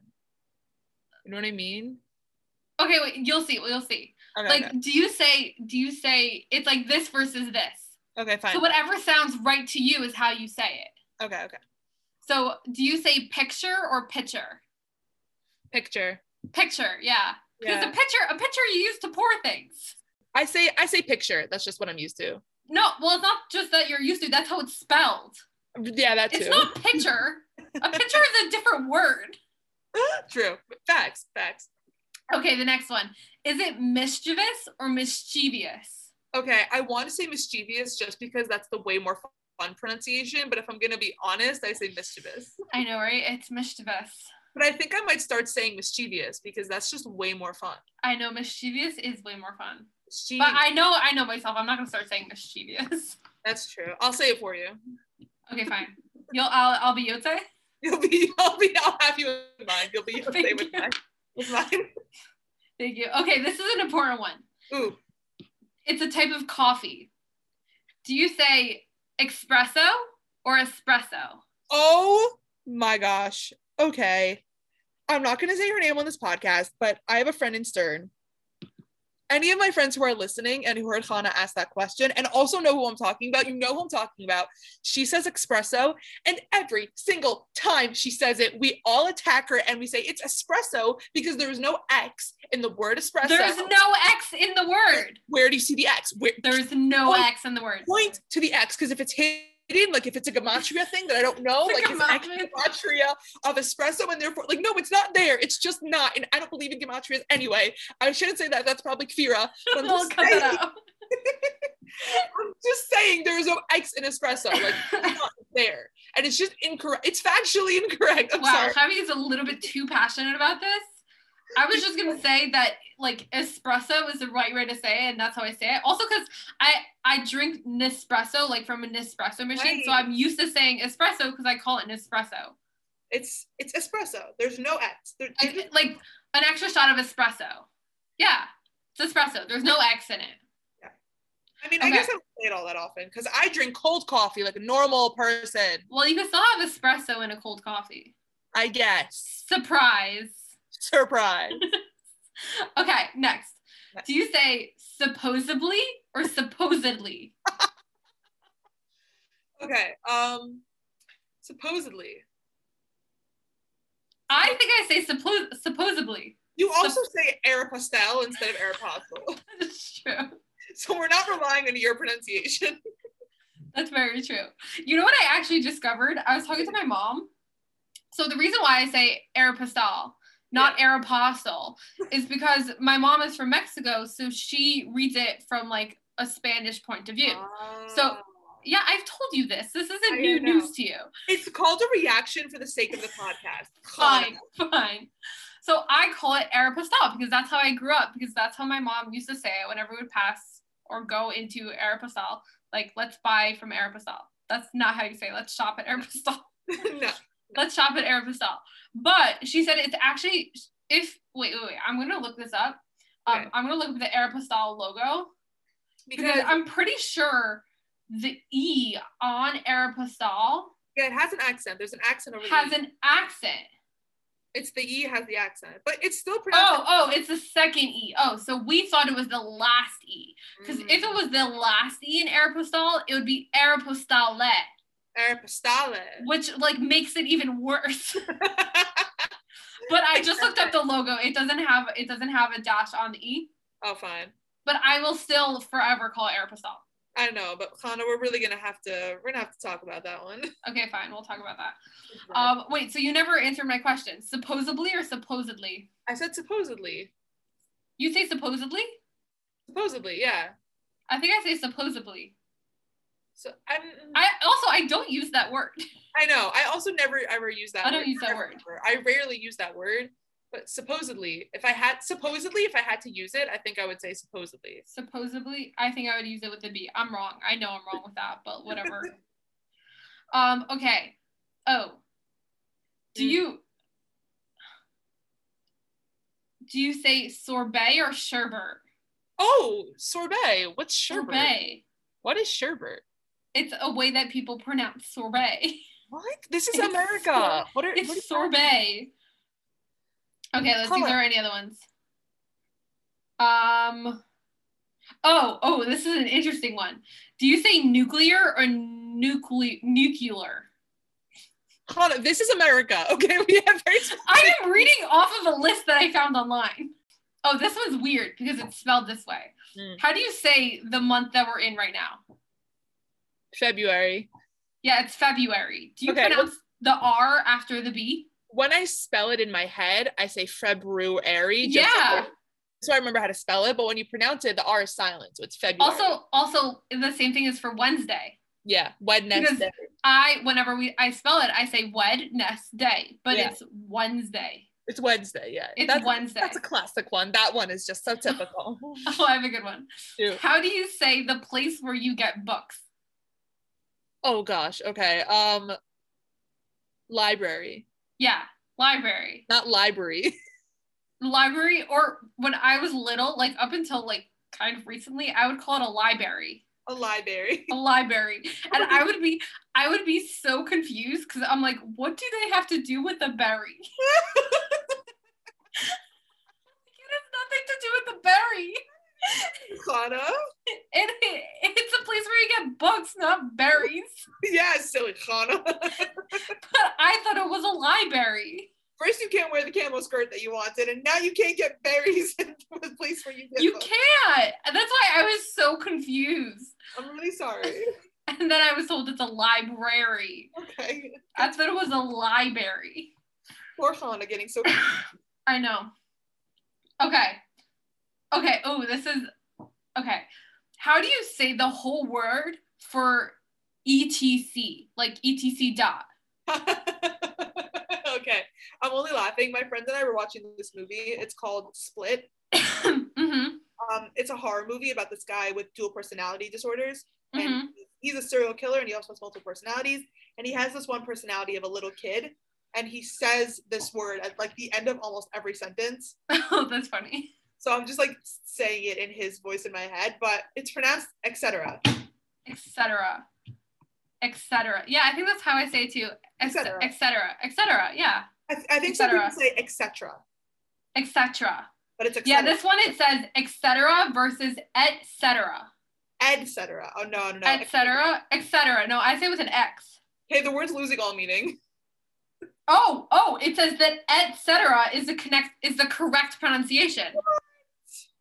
You know what I mean? Okay, wait, you'll see. You'll see. Okay, Like, okay. do you say, do you say, it's like this versus this? okay fine. So, whatever sounds right to you is how you say it. okay, okay. So, do you say picture or pitcher? Picture. Picture, yeah. Because a Yeah. pitcher, a pitcher you use to pour things. I say I say picture. That's just what I'm used to. No, well, it's not just that you're used to, that's how it's spelled. Yeah, that too. It's not pitcher. a pitcher is a different word. True. Facts. Facts. Okay, the next one. Is it mischievous or mischievous? Okay, I want to say mischievous just because that's the way more fun pronunciation. But if I'm gonna be honest, I say mischievous. I know, right? It's mischievous. But I think I might start saying mischievous because that's just way more fun. I know mischievous is way more fun. Mischievous. But I know, I know myself. I'm not gonna start saying mischievous. That's true. I'll say it for you. Okay, fine. You'll, I'll, I'll be Yotze. You'll be, I'll be, I'll have you in mind. You'll be, you'll Thank stay with you. mine. With mine. Thank you. Okay, this is an important one. Ooh, It's a type of coffee. Do you say espresso or espresso? oh my gosh. Okay, I'm not gonna say her name on this podcast, but I have a friend in Stern. Any of my friends who are listening and who heard Hannah ask that question and also know who I'm talking about, you know who I'm talking about. She says espresso, and every single time she says it, we all attack her and we say it's espresso because there is no X in the word espresso. There is no X in the word. Where do you see the X? Where, There is no Point- X in the word. point to the X because if it's hidden, like if it's a gamatria thing that I don't know, It's like a it's actually gamatria. gamatria of espresso, and therefore, like no, it's not there. It's just not, and I don't believe in gematrias anyway. I shouldn't say that. That's probably Kfira. But I'm, We'll just cut saying, that out. I'm just saying there is no X in espresso, like it's not there, and it's just incorrect. It's factually incorrect. I'm Wow, sorry. Javi is a little bit too passionate about this. I was just gonna say that like espresso is the right way to say it, and that's how I say it. Also, because I I drink Nespresso like from a Nespresso machine, so Right. I'm used to saying espresso because I call it Nespresso. It's it's espresso. There's no X. There, Like, like an extra shot of espresso. Yeah, it's espresso. There's no X in it. I mean, I okay. guess I don't say it all that often because I drink cold coffee like a normal person. Well, you can still have espresso in a cold coffee. I guess. Surprise. Surprise. Okay, next. Do you say supposedly or supposedly? Okay. Um, supposedly, I think I say suppo- supposedly. you also say Aeropostale instead of Aeropostale, That's true. so we're not relying on your pronunciation. That's very true. You know what I actually discovered? I was talking to my mom. So the reason why I say Aeropostale, not Aeropostale, is because my mom is from Mexico, so she reads it from like a Spanish point of view. Ah. So- Yeah, I've told you this. This I isn't new know. news to you. it's called a reaction for the sake of the podcast. Fine, fine. So I call it Aeropostale because that's how I grew up, because that's how my mom used to say it whenever we would pass or go into Aeropostale. Like, let's buy from Aeropostale. That's not how you say it. let's shop at Aeropostale. no. Let's shop at Aeropostale. But she said it's actually, if, wait, wait, wait, I'm going to look this up. Um, Okay. I'm going to look up the Aeropostale logo because Because I'm pretty sure the E on Aeropostale yeah, it has an accent. There's an accent over has the E. an accent. It's the E has the accent, but it's still pronounced. Oh, oh, it's the second E. Oh, so we thought it was the last E. Because mm, if it was the last E in Aeropostale, it would be Aeropostale, Aeropostale. which like makes it even worse. But I just looked up the logo. It doesn't have it doesn't have a dash on the E, oh, fine. but I will still forever call it Aeropostale. I don't know, but Kana, we're really gonna have to we're gonna have to talk about that one. Okay, fine. We'll talk about that. Um, wait. So you never answered my question. Supposedly or supposedly? I said supposedly. You say supposedly? Supposedly, yeah. I think I say supposedly. So I'm I also I don't use that word. I know. I also never ever use that I don't word. use that Never, word. ever. I rarely use that word, but supposedly, if I had supposedly if I had to use it, I think I would say supposedly. Supposedly, I think I would use it with a B. I'm wrong. I know I'm wrong with that, but whatever. um. Okay. Oh. Do Mm. you do you say sorbet or sherbet? Oh, sorbet. What's sherbet? What is sherbet? It's a way that people pronounce sorbet. What? This is It's America. What are what It's is that? sorbet. Okay, let's see if Color. there are any other ones. Um. Oh, oh, this is an interesting one. Do you say nuclear or nuclear? Nuclear. Kana, this is America. Okay, we have very I am reading off of a list that I found online. Oh, this one's weird because it's spelled this way. Mm. How do you say the month that we're in right now? February. Yeah, it's February. Do you Okay. pronounce the R after the B? When I spell it in my head, I say February. just Yeah. like- so I remember how to spell it, but when you pronounce it, the R is silent, so it's February. Also, also the same thing is for Wednesday. yeah, Wednesday. I whenever we I spell it, I say Wednesday, but Yeah. it's Wednesday. It's Wednesday. Yeah, It's that's, Wednesday. That's a classic one. That one is just so typical. Oh, I have a good one. Shoot. How do you say the place where you get books? oh gosh. Okay. Um, library, Yeah, library. not library. Library or when I was little, like up until like kind of recently, I would call it a library. A library. A library. And I would be I would be so confused because I'm like, what do they have to do with the berry? it has nothing to do with the berry. Kana. It, it, it's a place where you get books, not berries. Yeah, silly Kana. But I thought it was a library. First, you can't wear the camo skirt that you wanted, and now you can't get berries in the place where you get You them. can't. And That's why I was so confused. I'm really sorry. And then I was told it's a library. Okay. I thought it was a library. Poor Hana getting so. I know. Okay. Okay. Oh, this is okay. How do you say the whole word for ETC? Like ETC dot. okay. I'm only laughing. My friend and I were watching this movie. It's called Split. mm-hmm. Um, it's a horror movie about this guy with dual personality disorders. hmm And he's a serial killer and he also has multiple personalities. And he has this one personality of a little kid. And he says this word at like the end of almost every sentence. Oh, that's funny. So I'm just like saying it in his voice in my head, but it's pronounced etc. etc etc yeah i think that's how i say it too etc Etc. etc etc yeah I, I think some people Etc. say etc. etc But it's etc. yeah this one it says etc versus etc etc. Oh no, no, no. etc etc no i say with an x Okay, the word's losing all meaning. oh oh it says that etc is the connect is the correct pronunciation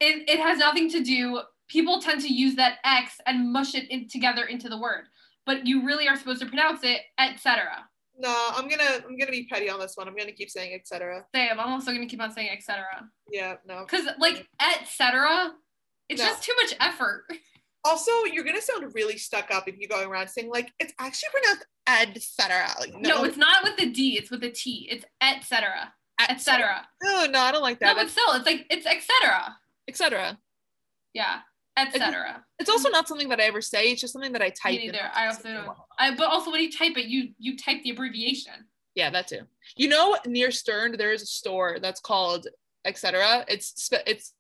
it, it has nothing to do people tend to use that x and mush it in, together into the word but you really are supposed to pronounce it etc No, I'm gonna I'm gonna be petty on this one. I'm gonna keep saying etc. damn i'm also going to keep on saying etc Yeah, no. Because like etc. It's No. just too much effort. Also, you're gonna sound really stuck up if you're going around saying like it's actually pronounced etc. Like, No, it's not with the D. It's with a T. It's etc. etc. No, no, I don't like No, that. but still, it's like it's etc. etc. Yeah, etc. It's also not something that I ever say. It's just something that I type. Me in. neither. I also don't. I, but also when you type it, you you type the abbreviation. Yeah, that too. You know, near Stern, there is a store that's called etc. It's spe- it's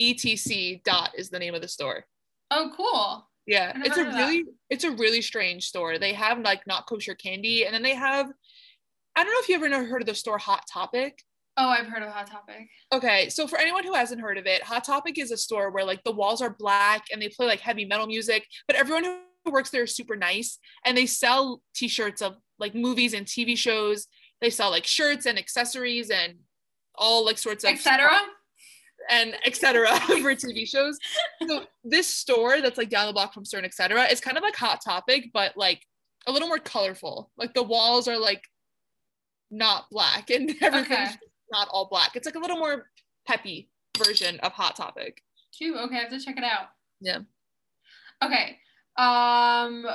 etc. Dot is the name of the store. Oh, cool. Yeah, I never it's a heard of that. really it's a really strange store. They have like not kosher candy, and then they have I don't know if you ever know- heard of the store Hot Topic. Oh, I've heard of Hot Topic. Okay, so for anyone who hasn't heard of it, Hot Topic is a store where like the walls are black and they play like heavy metal music, but everyone who works there is super nice and they sell t-shirts of like movies and TV shows. They sell like shirts and accessories and all like sorts of Etc. and etc. for TV shows. So this store that's like down the block from Stern, etc. is kind of like Hot Topic, but like a little more colorful. Like the walls are like not black and everything's Okay. just not all black. It's like a little more peppy version of Hot Topic. Two. Okay, I have to check it out. Yeah. Okay. Um,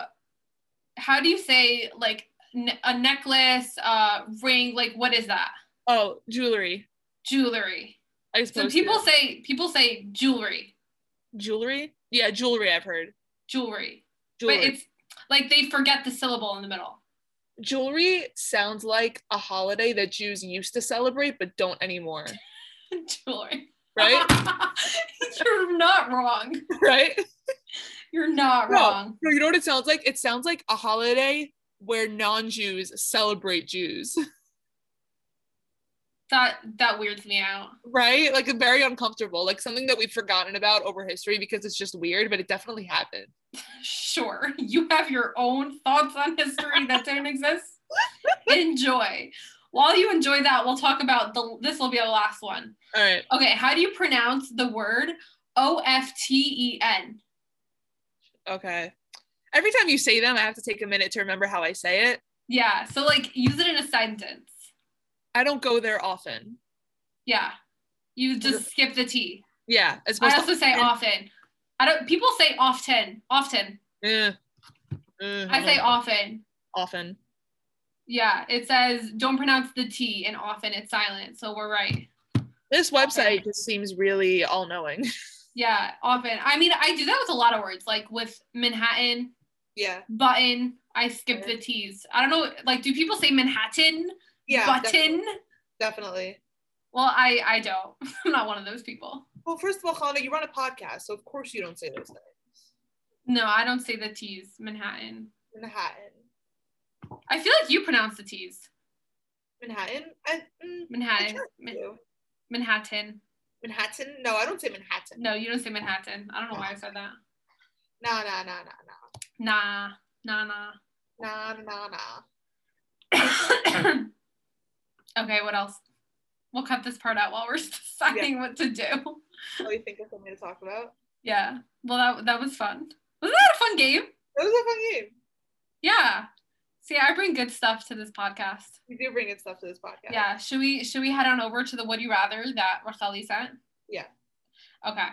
how do you say like ne- a necklace, uh, ring? Like, what is that? Oh, jewelry. Jewelry. I So suppose people say people say jewelry, jewelry. Yeah, jewelry. I've heard jewelry, jewelry. but it's like they forget the syllable in the middle. jewelry sounds like a holiday that Jews used to celebrate but don't anymore. jewelry. Right? You're not wrong. right? You're not No. wrong. No, you know what it sounds like? It sounds like a holiday where non-Jews celebrate Jews, That that weirds me out. right? Like very uncomfortable, like something that we've forgotten about over history because it's just weird, but it definitely happened. Sure, you have your own thoughts on history that don't exist. Enjoy. While you enjoy that, we'll talk about the. This will be our last one. All right. Okay, how do you pronounce the word O F T E N? Okay. Every time you say them, I have to take a minute to remember how I say it. Yeah, so like use it in a sentence. I don't go there often. Yeah, you just skip the T. Yeah, as opposed I to- also say often. I don't. People say often. Often. Eh. Eh, I say often. often. Yeah, it says don't pronounce the T, and often it's silent. So we're right. This website just seems really all-knowing. Yeah, often. I mean, I do that with a lot of words, like with Manhattan, Yeah. button. I skip the T's. I don't know. Like, do people say Manhattan? Button? Definitely. Well, I I don't. I'm not one of those people. Well, first of all, Hannah, you run a podcast, so of course you don't say those things. No, I don't say the T's. Manhattan. Manhattan. I feel like you pronounce the T's. Manhattan. I, mm, Manhattan. I Man- do. Manhattan. Manhattan. No, I don't say Manhattan. No, you don't say Manhattan. I don't know why I said that. Nah, nah, nah, nah, Nah, nah, nah. nah, nah, nah, nah. okay, what else? We'll cut this part out while we're deciding what to do. What do you think of something to talk about? Yeah. Well, that that was fun. Wasn't that a fun game? That was a fun game. Yeah. See, I bring good stuff to this podcast. We do bring in stuff to this podcast. Yeah. Should we should we head on over to the Would You Rather that Rosalie sent? Yeah. Okay.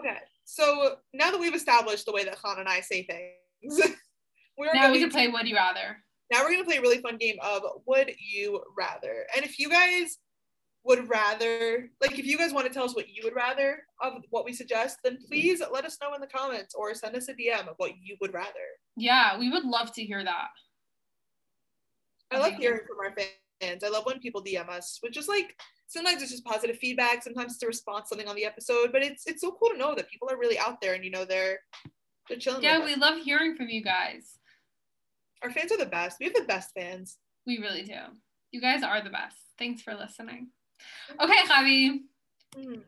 Okay. So now that we've established the way that Hannah and I say things, we're Now going we can play Would You Rather. now we're gonna play a really fun game of would you rather and if you guys would rather like if you guys want to tell us what you would rather of what we suggest then please let us know in the comments or send us a dm of what you would rather Yeah, we would love to hear that. i love hearing from our fans i love when people dm us which is like sometimes it's just positive feedback sometimes it's a response to something on the episode but it's it's so cool to know that people are really out there and you know they're they're chilling Yeah, with we us. love hearing from you guys. our fans are the best we have the best fans We really do. You guys are the best. Thanks for listening. Okay, Javi. Mm.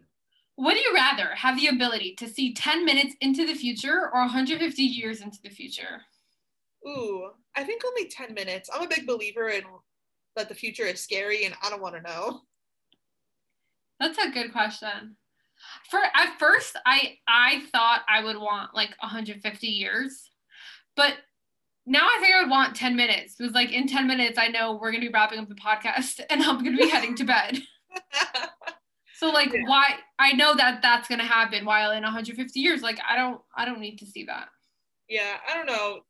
Would you rather have the ability to see 10 minutes into the future or 150 years into the future? Ooh, I think only 10 minutes. I'm a big believer in that the future is scary and I don't want to know. That's a good question. For at first, I I thought I would want like 150 years, but now I think I would want 10 minutes because like in 10 minutes I know we're gonna be wrapping up the podcast and I'm gonna be heading to bed. So like Yeah. why I know that that's gonna happen while in 150 years like I don't I don't need to see that. yeah, I don't know.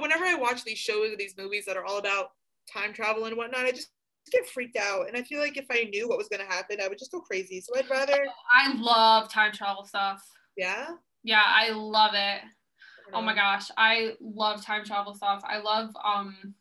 Whenever I watch these shows or these movies that are all about time travel and whatnot, I just get freaked out. And I feel like if I knew what was going to happen, I would just go crazy. So I'd rather, I love time travel stuff. yeah. um, Yeah, I love it. I Oh don't my know. gosh, I love time travel stuff. I love um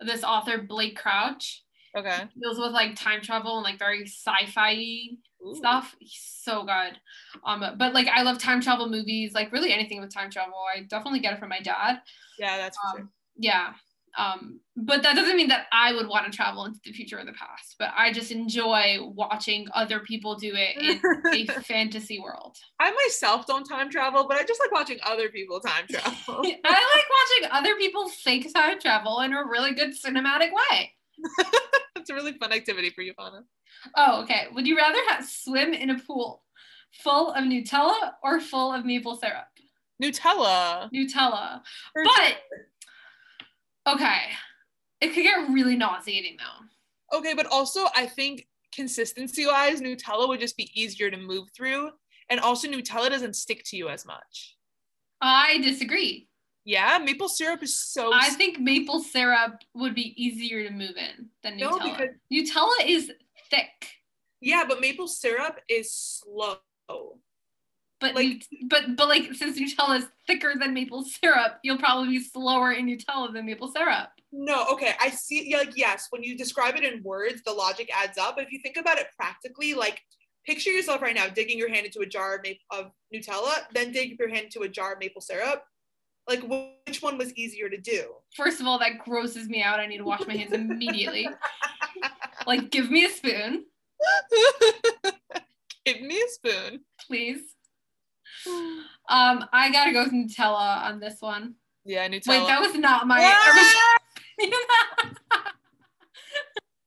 this author Blake Crouch. Okay. deals with like time travel and like very sci-fi Ooh. stuff. He's so good. Um, but like I love time travel movies, like really anything with time travel. I definitely get it from my dad. Yeah, that's for sure. Um, yeah. Um, but that doesn't mean that I would want to travel into the future or the past. But I just enjoy watching other people do it in a fantasy world. I myself don't time travel, but I just like watching other people time travel. I like watching other people fake time travel in a really good cinematic way. it's a really fun activity for you, Anna. Oh, okay. Would you rather have swim in a pool full of Nutella or full of maple syrup? Nutella. Nutella. For But okay, it could get really nauseating though. Okay, but also I think consistency wise, Nutella would just be easier to move through. And also Nutella doesn't stick to you as much. I disagree. Yeah, maple syrup is so I think maple syrup would be easier to move in than No, Nutella. because- Nutella is thick, yeah, but maple syrup is slow. but Like- Nut- but but like since Nutella is thicker than maple syrup, you'll probably be slower in Nutella than maple syrup. No, okay. I see yeah, like yes, when you describe it in words, the logic adds up. But if you think about it practically, like picture yourself right now digging your hand into a jar of, ma- of Nutella, then dig your hand into a jar of maple syrup. Like wh- which one was easier to do? First of all, that grosses me out. I need to wash my hands immediately. like, give me a spoon, Give me a spoon. please. Um, I gotta go with Nutella on this one. Yeah, Nutella. Wait, that was not my Ah! original.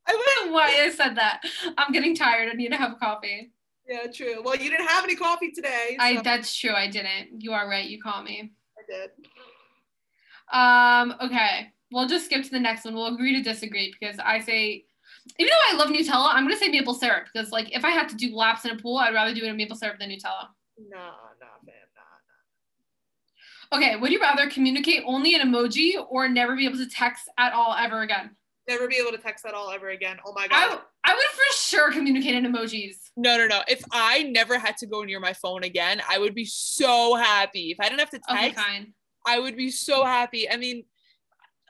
I went. Why I said that? I'm getting tired. I need to have coffee. Yeah, true. Well, you didn't have any coffee today. So I that's true. I didn't. You are right. You caught me. I did. Um. Okay. We'll just skip to the next one. We'll agree to disagree because I say, even though I love Nutella, I'm gonna say maple syrup because like if I had to do laps in a pool, I'd rather do it in maple syrup than Nutella. Nah, nah, man, nah. Okay. Would you rather communicate only in emoji or never be able to text at all ever again? Never be able to text at all ever again. Oh my god. I I would for sure communicate in emojis. no, no, no. If I never had to go near my phone again, I would be so happy. If I didn't have to Okay. text, Fine. I would be so happy. I mean,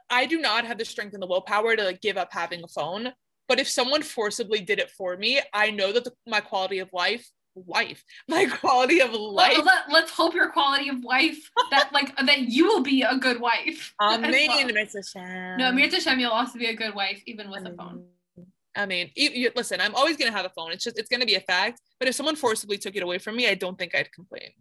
I do not have the strength and the willpower to like give up having a phone. But if someone forcibly did it for me, I know that the, my quality of life, life, my quality of life. Let, let, let's hope your quality of life that like that you will be a good wife. as well. Amen. Um, And it's a sham. No, Amir Tashem, you'll also be a good wife even with a phone. I mean, you, you, listen, I'm always gonna have a phone. It's just it's gonna be a fact. But if someone forcibly took it away from me, I don't think I'd complain.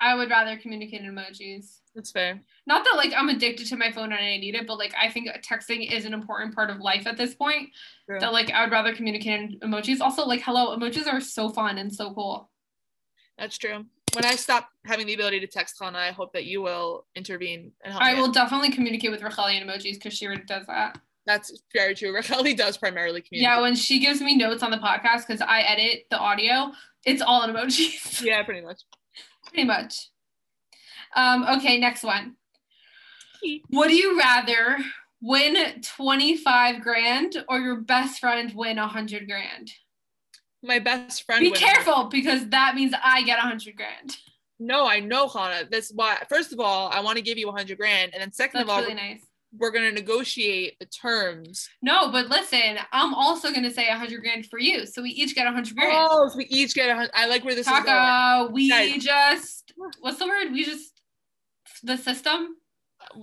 I would rather communicate in emojis. That's fair. Not that like I'm addicted to my phone and I need it, but like I think texting is an important part of life at this point. True. That like I would rather communicate in emojis. Also, like hello, emojis are so fun and so cool. That's true. When I stop having the ability to text Hannah, I hope that you will intervene and help. I me. will definitely communicate with Rachel in emojis because she already does that. That's very true. Racheli does primarily Yeah, communicate. when she gives me notes on the podcast because I edit the audio, it's all in emojis. Yeah, pretty much. Pretty much. Um, okay, next one. Would you rather win 25 grand or your best friend win 100 grand? My best friend. Be went- careful because that means I get 100 grand. No, I know Hannah. That's why. First of all, I want to give you 100 grand, and then second That's of all, really nice. we're gonna negotiate the terms. No, but listen, I'm also going to say 100 grand for you. So we each get 100 grand. Oh, so we each get a hundred. I like where this is going. Taka, we Guys. just, what's the word? We just, the system?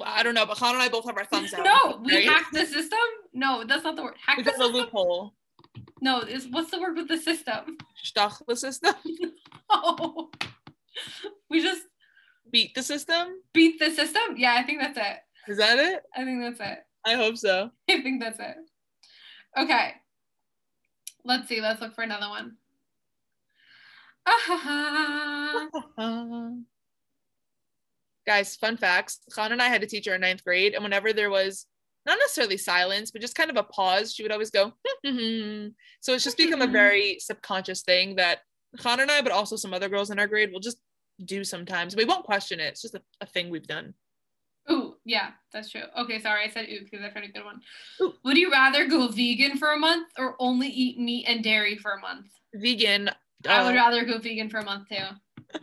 I don't know, but Han and I both have our thumbs out. No, we right? hacked the system. No, that's not the word. Hack We the got a system. loophole. No, is what's the word with the system? Stach the system, Oh, we just beat the system. beat the system. Yeah, I think that's it. Is that it? I think that's it. I hope so. I think that's it. Okay. Let's see. Let's look for another one. Ah, ha, ha. Um, Guys, fun facts. Khan and I had a teacher in ninth grade, and whenever there was not necessarily silence, but just kind of a pause, she would always go, so it's just become a very subconscious thing that Khan and I, but also some other girls in our grade, will just do sometimes. We won't question it. It's just a, a thing we've done. Ooh, yeah, that's true. Okay, sorry, I said ooh because I found a good one. Ooh. Would you rather go vegan for a month or only eat meat and dairy for a month? Vegan. I uh, would rather go vegan for a month too.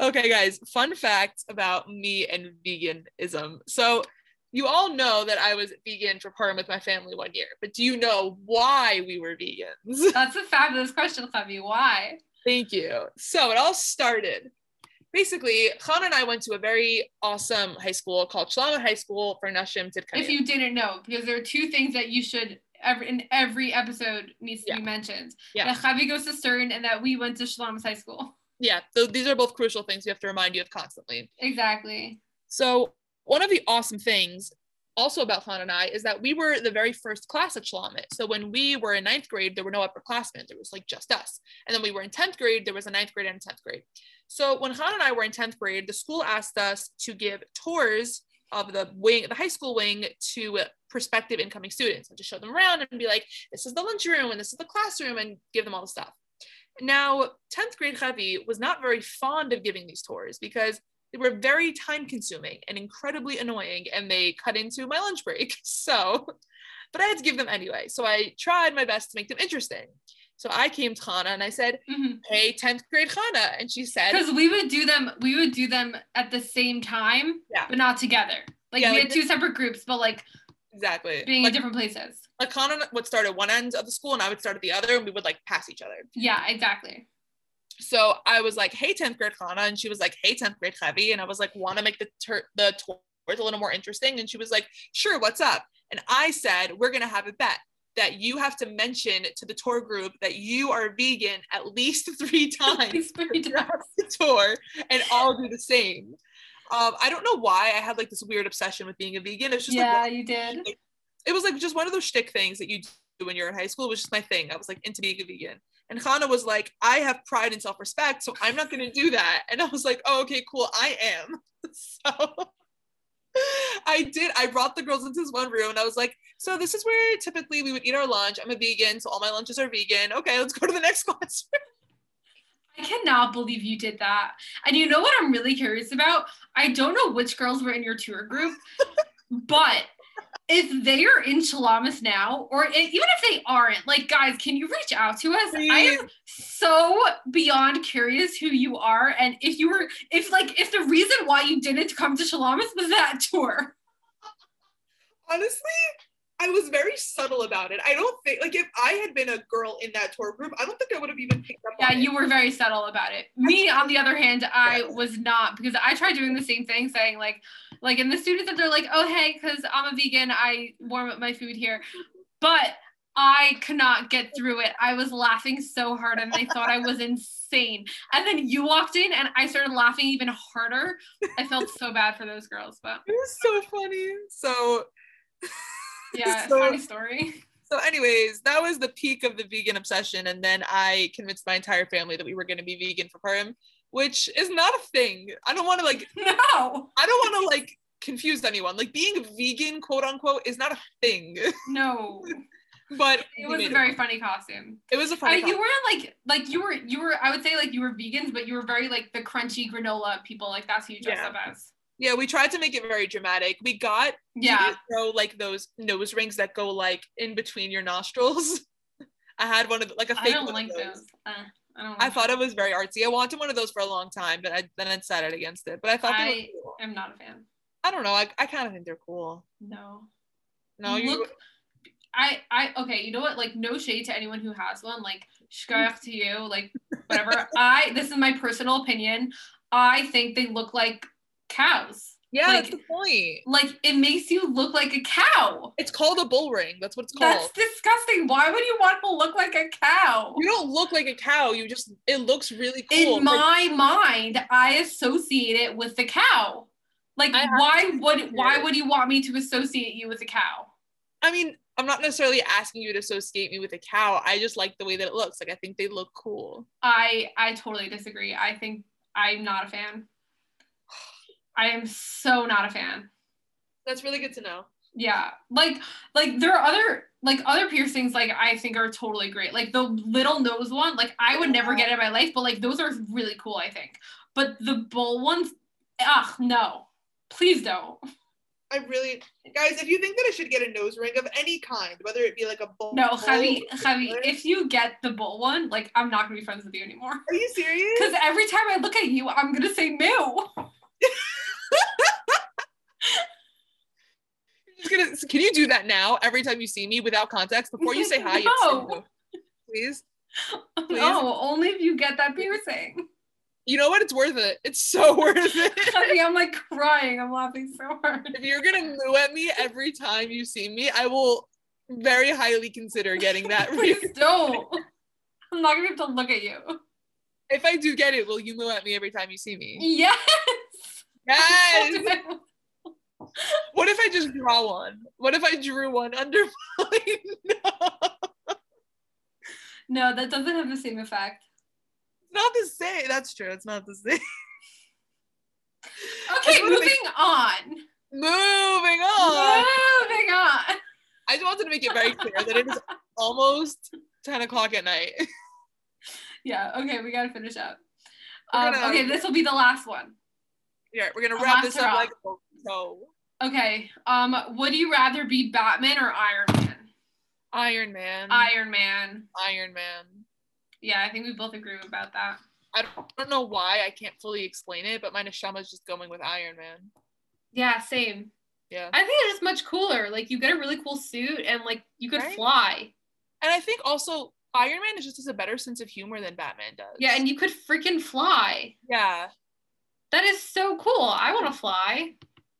okay, guys, fun fact about me and veganism. So, you all know that I was vegan for Purim with my family one year, but do you know why we were vegans? That's a fabulous question, Clevy. Why? Thank you. So, it all started. Basically, Khan and I went to a very awesome high school called Shlomo High School for Nashim Tidkanim. if you didn't know, because there are two things that you should every in every episode needs to Yeah. be mentioned. Yeah. That Javi goes to Stern and that we went to Shaloms High School. yeah, so these are both crucial things we have to remind you of constantly. Exactly. So, one of the awesome things also about Khan and I is that we were the very first class at Shlamit. So when we were in ninth grade, there were no upperclassmen. There was like just us. And then we were in 10th grade, there was a ninth grade and a 10th grade. So when Khan and I were in 10th grade, the school asked us to give tours of the wing, the high school wing to prospective incoming students and to show them around and be like, this is the lunchroom and this is the classroom and give them all the stuff. Now, 10th grade Javi was not very fond of giving these tours because they were very time consuming and incredibly annoying and they cut into my lunch break. So, but I had to give them anyway. So I tried my best to make them interesting. So I came to Hannah and I said, Mhm. hey, 10th grade Hannah. And she said, Because we would do them, we would do them at the same time, Yeah. but not together. Like Yeah, we like had two separate groups, but like exactly. being like, in different places. like Hannah would start at one end of the school and I would start at the other and we would like pass each other. Yeah, exactly. So I was like, hey, 10th grade Hannah. And she was like, hey, 10th grade Javi. And I was like, want to make the, tur- the tours a little more interesting? And she was like, sure, what's up? And I said, we're going to have a bet that you have to mention to the tour group that you are vegan at least three times It's very throughout the tour and I'll do the same. Um, I don't know why I had like this weird obsession with being a vegan. It's just like, yeah, you did. it was like just one of those shtick things that you do when you're in high school. It was just my thing. I was like into being a vegan. And Hannah was like, I have pride and self respect, so I'm not going to do that. And I was like, oh, okay, cool. I am. So I did. I brought the girls into this one room and I was like, so this is where typically we would eat our lunch. I'm a vegan, so all my lunches are vegan. Okay, let's go to the next class. I cannot believe you did that. And you know what I'm really curious about? I don't know which girls were in your tour group, but if they are in Chalamas now, or i- even if they aren't, like guys, can you reach out to us? I am so beyond curious who you are, and if you were, if like, if the reason why you didn't come to Chalamas was that tour. honestly, I was very subtle about it. I don't think like if I had been a girl in that tour group, I don't think I would have even picked up Yeah, on it. you were very subtle about it. Me, on the other hand, I was not because I tried doing the same thing, saying like, like in the students that they're like, oh hey, because I'm a vegan, I warm up my food here, but I could not get through it. I was laughing so hard, and they thought I was insane. And then you walked in, and I started laughing even harder. I felt so bad for those girls, but It was so funny. So yeah, So- funny story. so anyways, that was the peak of the vegan obsession. And then I convinced my entire family that we were gonna be vegan for Purim, which is not a thing. I don't wanna like No, I don't wanna like confuse anyone. Like being vegan, quote unquote, is not a thing. no, but it we was made a very funny costume. it was a I, funny you weren't like like you were you were I would say like you were vegans, but you were very like the crunchy granola people. Like that's who you dress Yeah. up as. Yeah, we tried to make it very dramatic. We got Yeah. so like those nose rings that go like in between your nostrils. I had one of the- like a I fake. don't one of like those. Uh, I don't. I Like thought it was very artsy. I wanted one of those for a long time, but I then I decided against it. But I thought they I- were cool. I'm not a fan. I don't know. I, I kind of think they're cool. No. No, you Look, I I okay. You know what? Like no shade to anyone who has one. Like Mm. shkach to you. Like whatever. I this is my personal opinion. I think they look like cows. yeah, like- that's the point. Like it makes you look like a cow. It's called a bull ring. That's what it's called. That's disgusting. Why would you want to look like a cow? you don't look like a cow. You just it looks really cool. in my mind, I associate it with the cow. Like, I have why would too. why would you want me to associate you with a cow? I mean, I'm not necessarily asking you to associate me with a cow. I just like the way that it looks. Like I think they look cool. I I totally disagree. I think I'm not a fan. I am so not a fan. That's really good to know. Yeah, like like there are other like other piercings like I think are totally great. Like the little nose one, like I would never get in my life, but like those are really cool. I think, but the bull ones, ugh, no, please don't. I really, guys, if you think that I should get a nose ring of any kind, whether it be like a bull. No, bull- Javi, Javi, Bull- if you get the bull one, like I'm not gonna be friends with you anymore. Are you serious? Because every time I look at you, I'm gonna say moo. just gonna- so can you do that now every time you see me without context before you say hi? you No. have to say no. Please. Please. No, only if you get that piercing. You know what? It's worth it. It's so worth it. Javi, I'm like crying. I'm laughing so hard. If you're gonna moo at me every time you see me, I will very highly consider getting that. ring. Please don't. I'm not gonna be able to look at you. if I do get it, will you moo at me every time you see me? Yes. Yes. What if I I just draw one? What if I drew one under mine? no. No, that doesn't have the same effect. Not the same. That's true. It's not the same. Okay, It's one of the- moving on. Moving on. Moving on. I just wanted to make it very clear that it is almost 10 o'clock at night. Yeah, okay, we gotta finish up. We're Um, gonna- okay, this will be the last one. yeah, we're gonna I'll wrap ask this her up off. like a so. Okay, um, would you rather be Batman or Iron Man? Iron Man. Iron Man. Iron Man. Yeah, I think we both agree about that. I don't, I don't know why I can't fully explain it, but my neshama's just going with Iron Man. Yeah, same. Yeah. I think it's just much cooler. Like you get a really cool suit and like you could Right? fly. And I think also Iron Man is just has a better sense of humor than Batman does. Yeah, and you could freaking fly. yeah. That is so cool. I want to fly.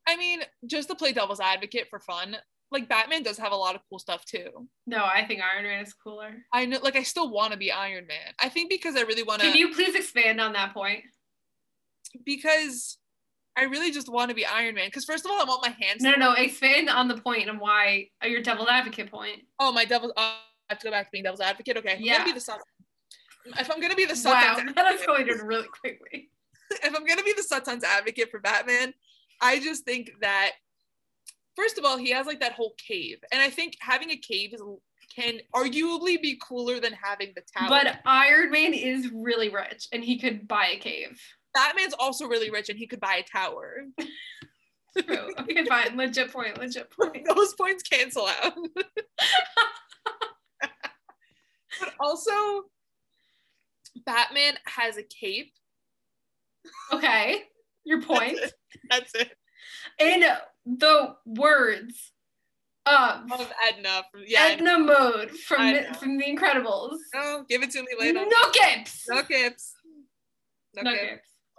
I mean, just to play devil's advocate for fun, like Batman does have a lot of cool stuff too. No, I think Iron Man is cooler. I know, like, I still want to be Iron Man. I think because I really want to. Can you please expand on that point? because I really just want to be Iron Man. Because first of all, I want my hands. No, no, no. Expand on the point and why uh, your devil advocate point. Oh, my devil. Uh, I have to go back to being devil's advocate. Okay, if I'm Yeah. gonna be the Sutton. If I'm gonna be the Wow, Sutton's, that escalated really quickly. if I'm gonna be the Sutton's advocate for Batman, I just think that first of all, he has like that whole cave, and I think having a cave is can arguably be cooler than having the tower. But Iron Man is really rich and he could buy a cave. Batman's also really rich, and he could buy a tower. True. Okay, fine. Legit point. Legit point. those points cancel out. but also, Batman has a cape. Okay. Your point. That's it. In the words of Of Edna. From, yeah. Edna Mode from Oh, I the, know. from The Incredibles. No, give it to me later. No gips. No capes. No, No capes. gips.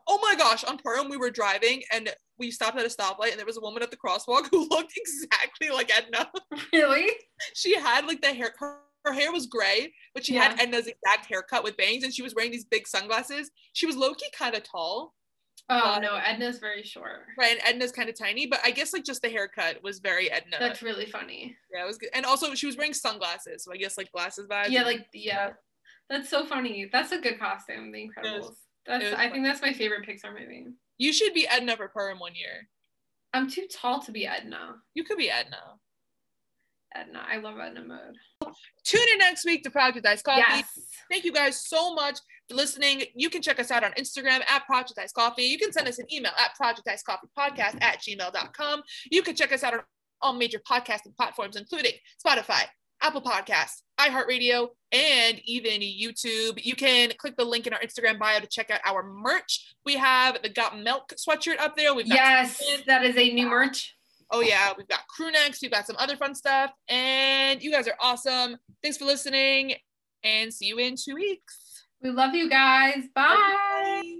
Oh my gosh! On Purim, we were driving and we stopped at a stoplight, and there was a woman at the crosswalk who looked exactly like Edna. Really? She had like the hair. Her, her hair was gray, but she had Yeah. Edna's exact haircut with bangs, and she was wearing these big sunglasses. She was low key kind of tall. Oh But- no, Edna's very short. Right, and Edna's kind of tiny, but I guess like just the haircut was very Edna. That's really funny. yeah, it was good. And also she was wearing sunglasses, so I guess like glasses vibes. Yeah, like yeah. That's so funny. That's a good costume, The Incredibles. That's was I think that's my favorite Pixar movie. you should be Edna for Purim one year. I'm too tall to be Edna. You could be Edna. Edna. I love Edna mode. Tune in next week to Project Dice Coffee. Yes. Thank you guys so much for listening. You can check us out on Instagram at Project Dice Coffee. You can send us an email at projectdicecoffeepodcast at gmail.com. You can check us out on all major podcasting platforms, including Spotify, Apple Podcasts, iHeartRadio, and even YouTube. You can click the link in our Instagram bio to check out our merch. We have the Got Milk sweatshirt up there. We've got Yes, that is a new merch. oh yeah, we've got crew necks, we've got some other fun stuff, and you guys are awesome. Thanks for listening, and see you in two weeks. We love you guys. Bye. Bye.